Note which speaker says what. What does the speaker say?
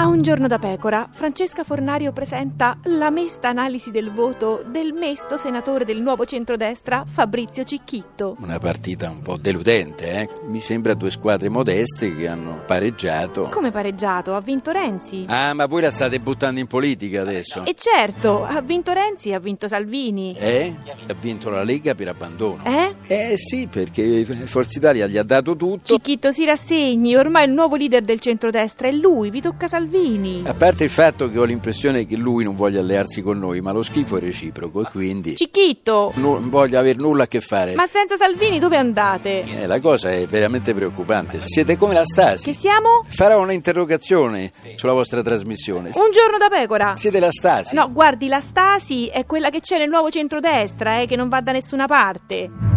Speaker 1: A un giorno da pecora, Francesca Fornario presenta la mesta analisi del voto del mesto senatore del nuovo centrodestra Fabrizio Cicchitto.
Speaker 2: Una partita un po' deludente, eh? mi sembra due squadre modeste che hanno pareggiato.
Speaker 1: Come pareggiato, ha vinto Renzi.
Speaker 2: Ah, ma voi la state buttando in politica adesso?
Speaker 1: E certo, ha vinto Renzi e ha vinto Salvini.
Speaker 2: Eh? Ha vinto la Lega per abbandono.
Speaker 1: Eh?
Speaker 2: Eh sì, perché Forza Italia gli ha dato tutto.
Speaker 1: Cicchitto si rassegni, ormai il nuovo leader del centrodestra è lui, vi tocca Salvini.
Speaker 2: A parte il fatto che ho l'impressione che lui non voglia allearsi con noi, ma lo schifo è reciproco e quindi
Speaker 1: Cicchitto,
Speaker 2: non voglio aver nulla a che fare.
Speaker 1: ma senza Salvini dove andate?
Speaker 2: Eh, la cosa è veramente preoccupante. Siete come la
Speaker 1: Che
Speaker 2: Stasi.
Speaker 1: siamo?
Speaker 2: Farò un'interrogazione sulla vostra trasmissione.
Speaker 1: Un giorno da pecora.
Speaker 2: Siete la Stasi.
Speaker 1: No, guardi, la Stasi è quella che c'è nel nuovo centrodestra, eh, che non va da nessuna parte.